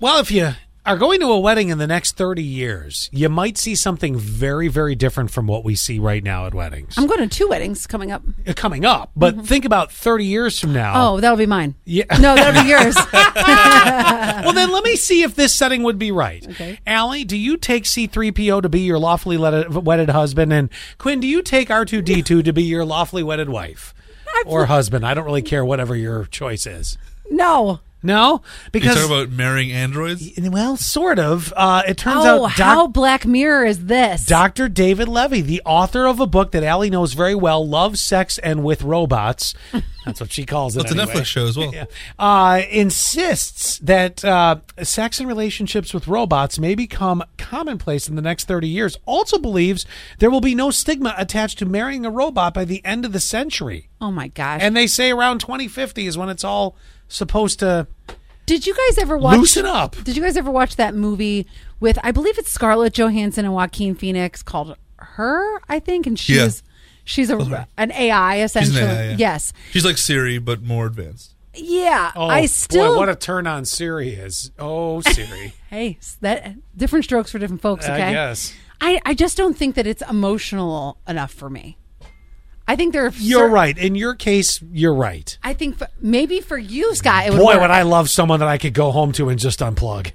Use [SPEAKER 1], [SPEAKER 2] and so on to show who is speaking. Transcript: [SPEAKER 1] Well, if you are going to a wedding in the next 30 years, you might see something very, very different from what we see right now at weddings.
[SPEAKER 2] I'm going to two weddings coming up.
[SPEAKER 1] Uh, Coming up, but think about 30 years from now.
[SPEAKER 2] Mm-hmm. Oh, that'll be mine.
[SPEAKER 1] Yeah.
[SPEAKER 2] No, that'll be yours.
[SPEAKER 1] Well, then let me see if this setting would be right.
[SPEAKER 2] Okay.
[SPEAKER 1] Allie, do you take C3PO to be your lawfully led- wedded husband? And Quinn, do you take R2D2 to be your lawfully wedded wife? Or husband? I don't really care, whatever your choice is.
[SPEAKER 2] no.
[SPEAKER 1] No?
[SPEAKER 3] You
[SPEAKER 1] Because.
[SPEAKER 3] talk about marrying androids.
[SPEAKER 1] well, sort of. Uh, it turns
[SPEAKER 2] Oh,
[SPEAKER 1] out Doc-
[SPEAKER 2] how Black Mirror is this?
[SPEAKER 1] Dr. David Levy, the author of a book that Allie knows very well, Love, Sex, and With Robots. That's what she calls it.
[SPEAKER 3] That's
[SPEAKER 1] anyway.
[SPEAKER 3] a Netflix show as well.
[SPEAKER 1] Uh, insists that uh, sex and relationships with robots may become commonplace in the next 30 years. Also believes there will be no stigma attached to marrying a robot by the end of the century.
[SPEAKER 2] oh my gosh!
[SPEAKER 1] And they say around 2050 is when it's all supposed to
[SPEAKER 2] did you guys ever watch?
[SPEAKER 1] loosen up.
[SPEAKER 2] Did you guys ever watch that movie with I believe it's Scarlett Johansson and Joaquin Phoenix called Her? I think, and she's
[SPEAKER 3] Yeah.
[SPEAKER 2] she's a an AI
[SPEAKER 3] She's
[SPEAKER 2] essentially.
[SPEAKER 3] an AI, yeah.
[SPEAKER 2] Yes,
[SPEAKER 3] She's like Siri, but more advanced.
[SPEAKER 2] yeah.
[SPEAKER 1] Oh,
[SPEAKER 2] I still
[SPEAKER 1] boy, what a turn on Siri is. Oh, Siri.
[SPEAKER 2] hey s- that different strokes for different folks. Okay,
[SPEAKER 1] I guess.
[SPEAKER 2] I, I just don't think that it's emotional enough for me. I think there. Are
[SPEAKER 1] You're
[SPEAKER 2] cer-
[SPEAKER 1] right. In your case, you're right.
[SPEAKER 2] I think f maybe for you, Scott, it would
[SPEAKER 1] Boy,
[SPEAKER 2] work.
[SPEAKER 1] would I love someone that I could go home to and just unplug.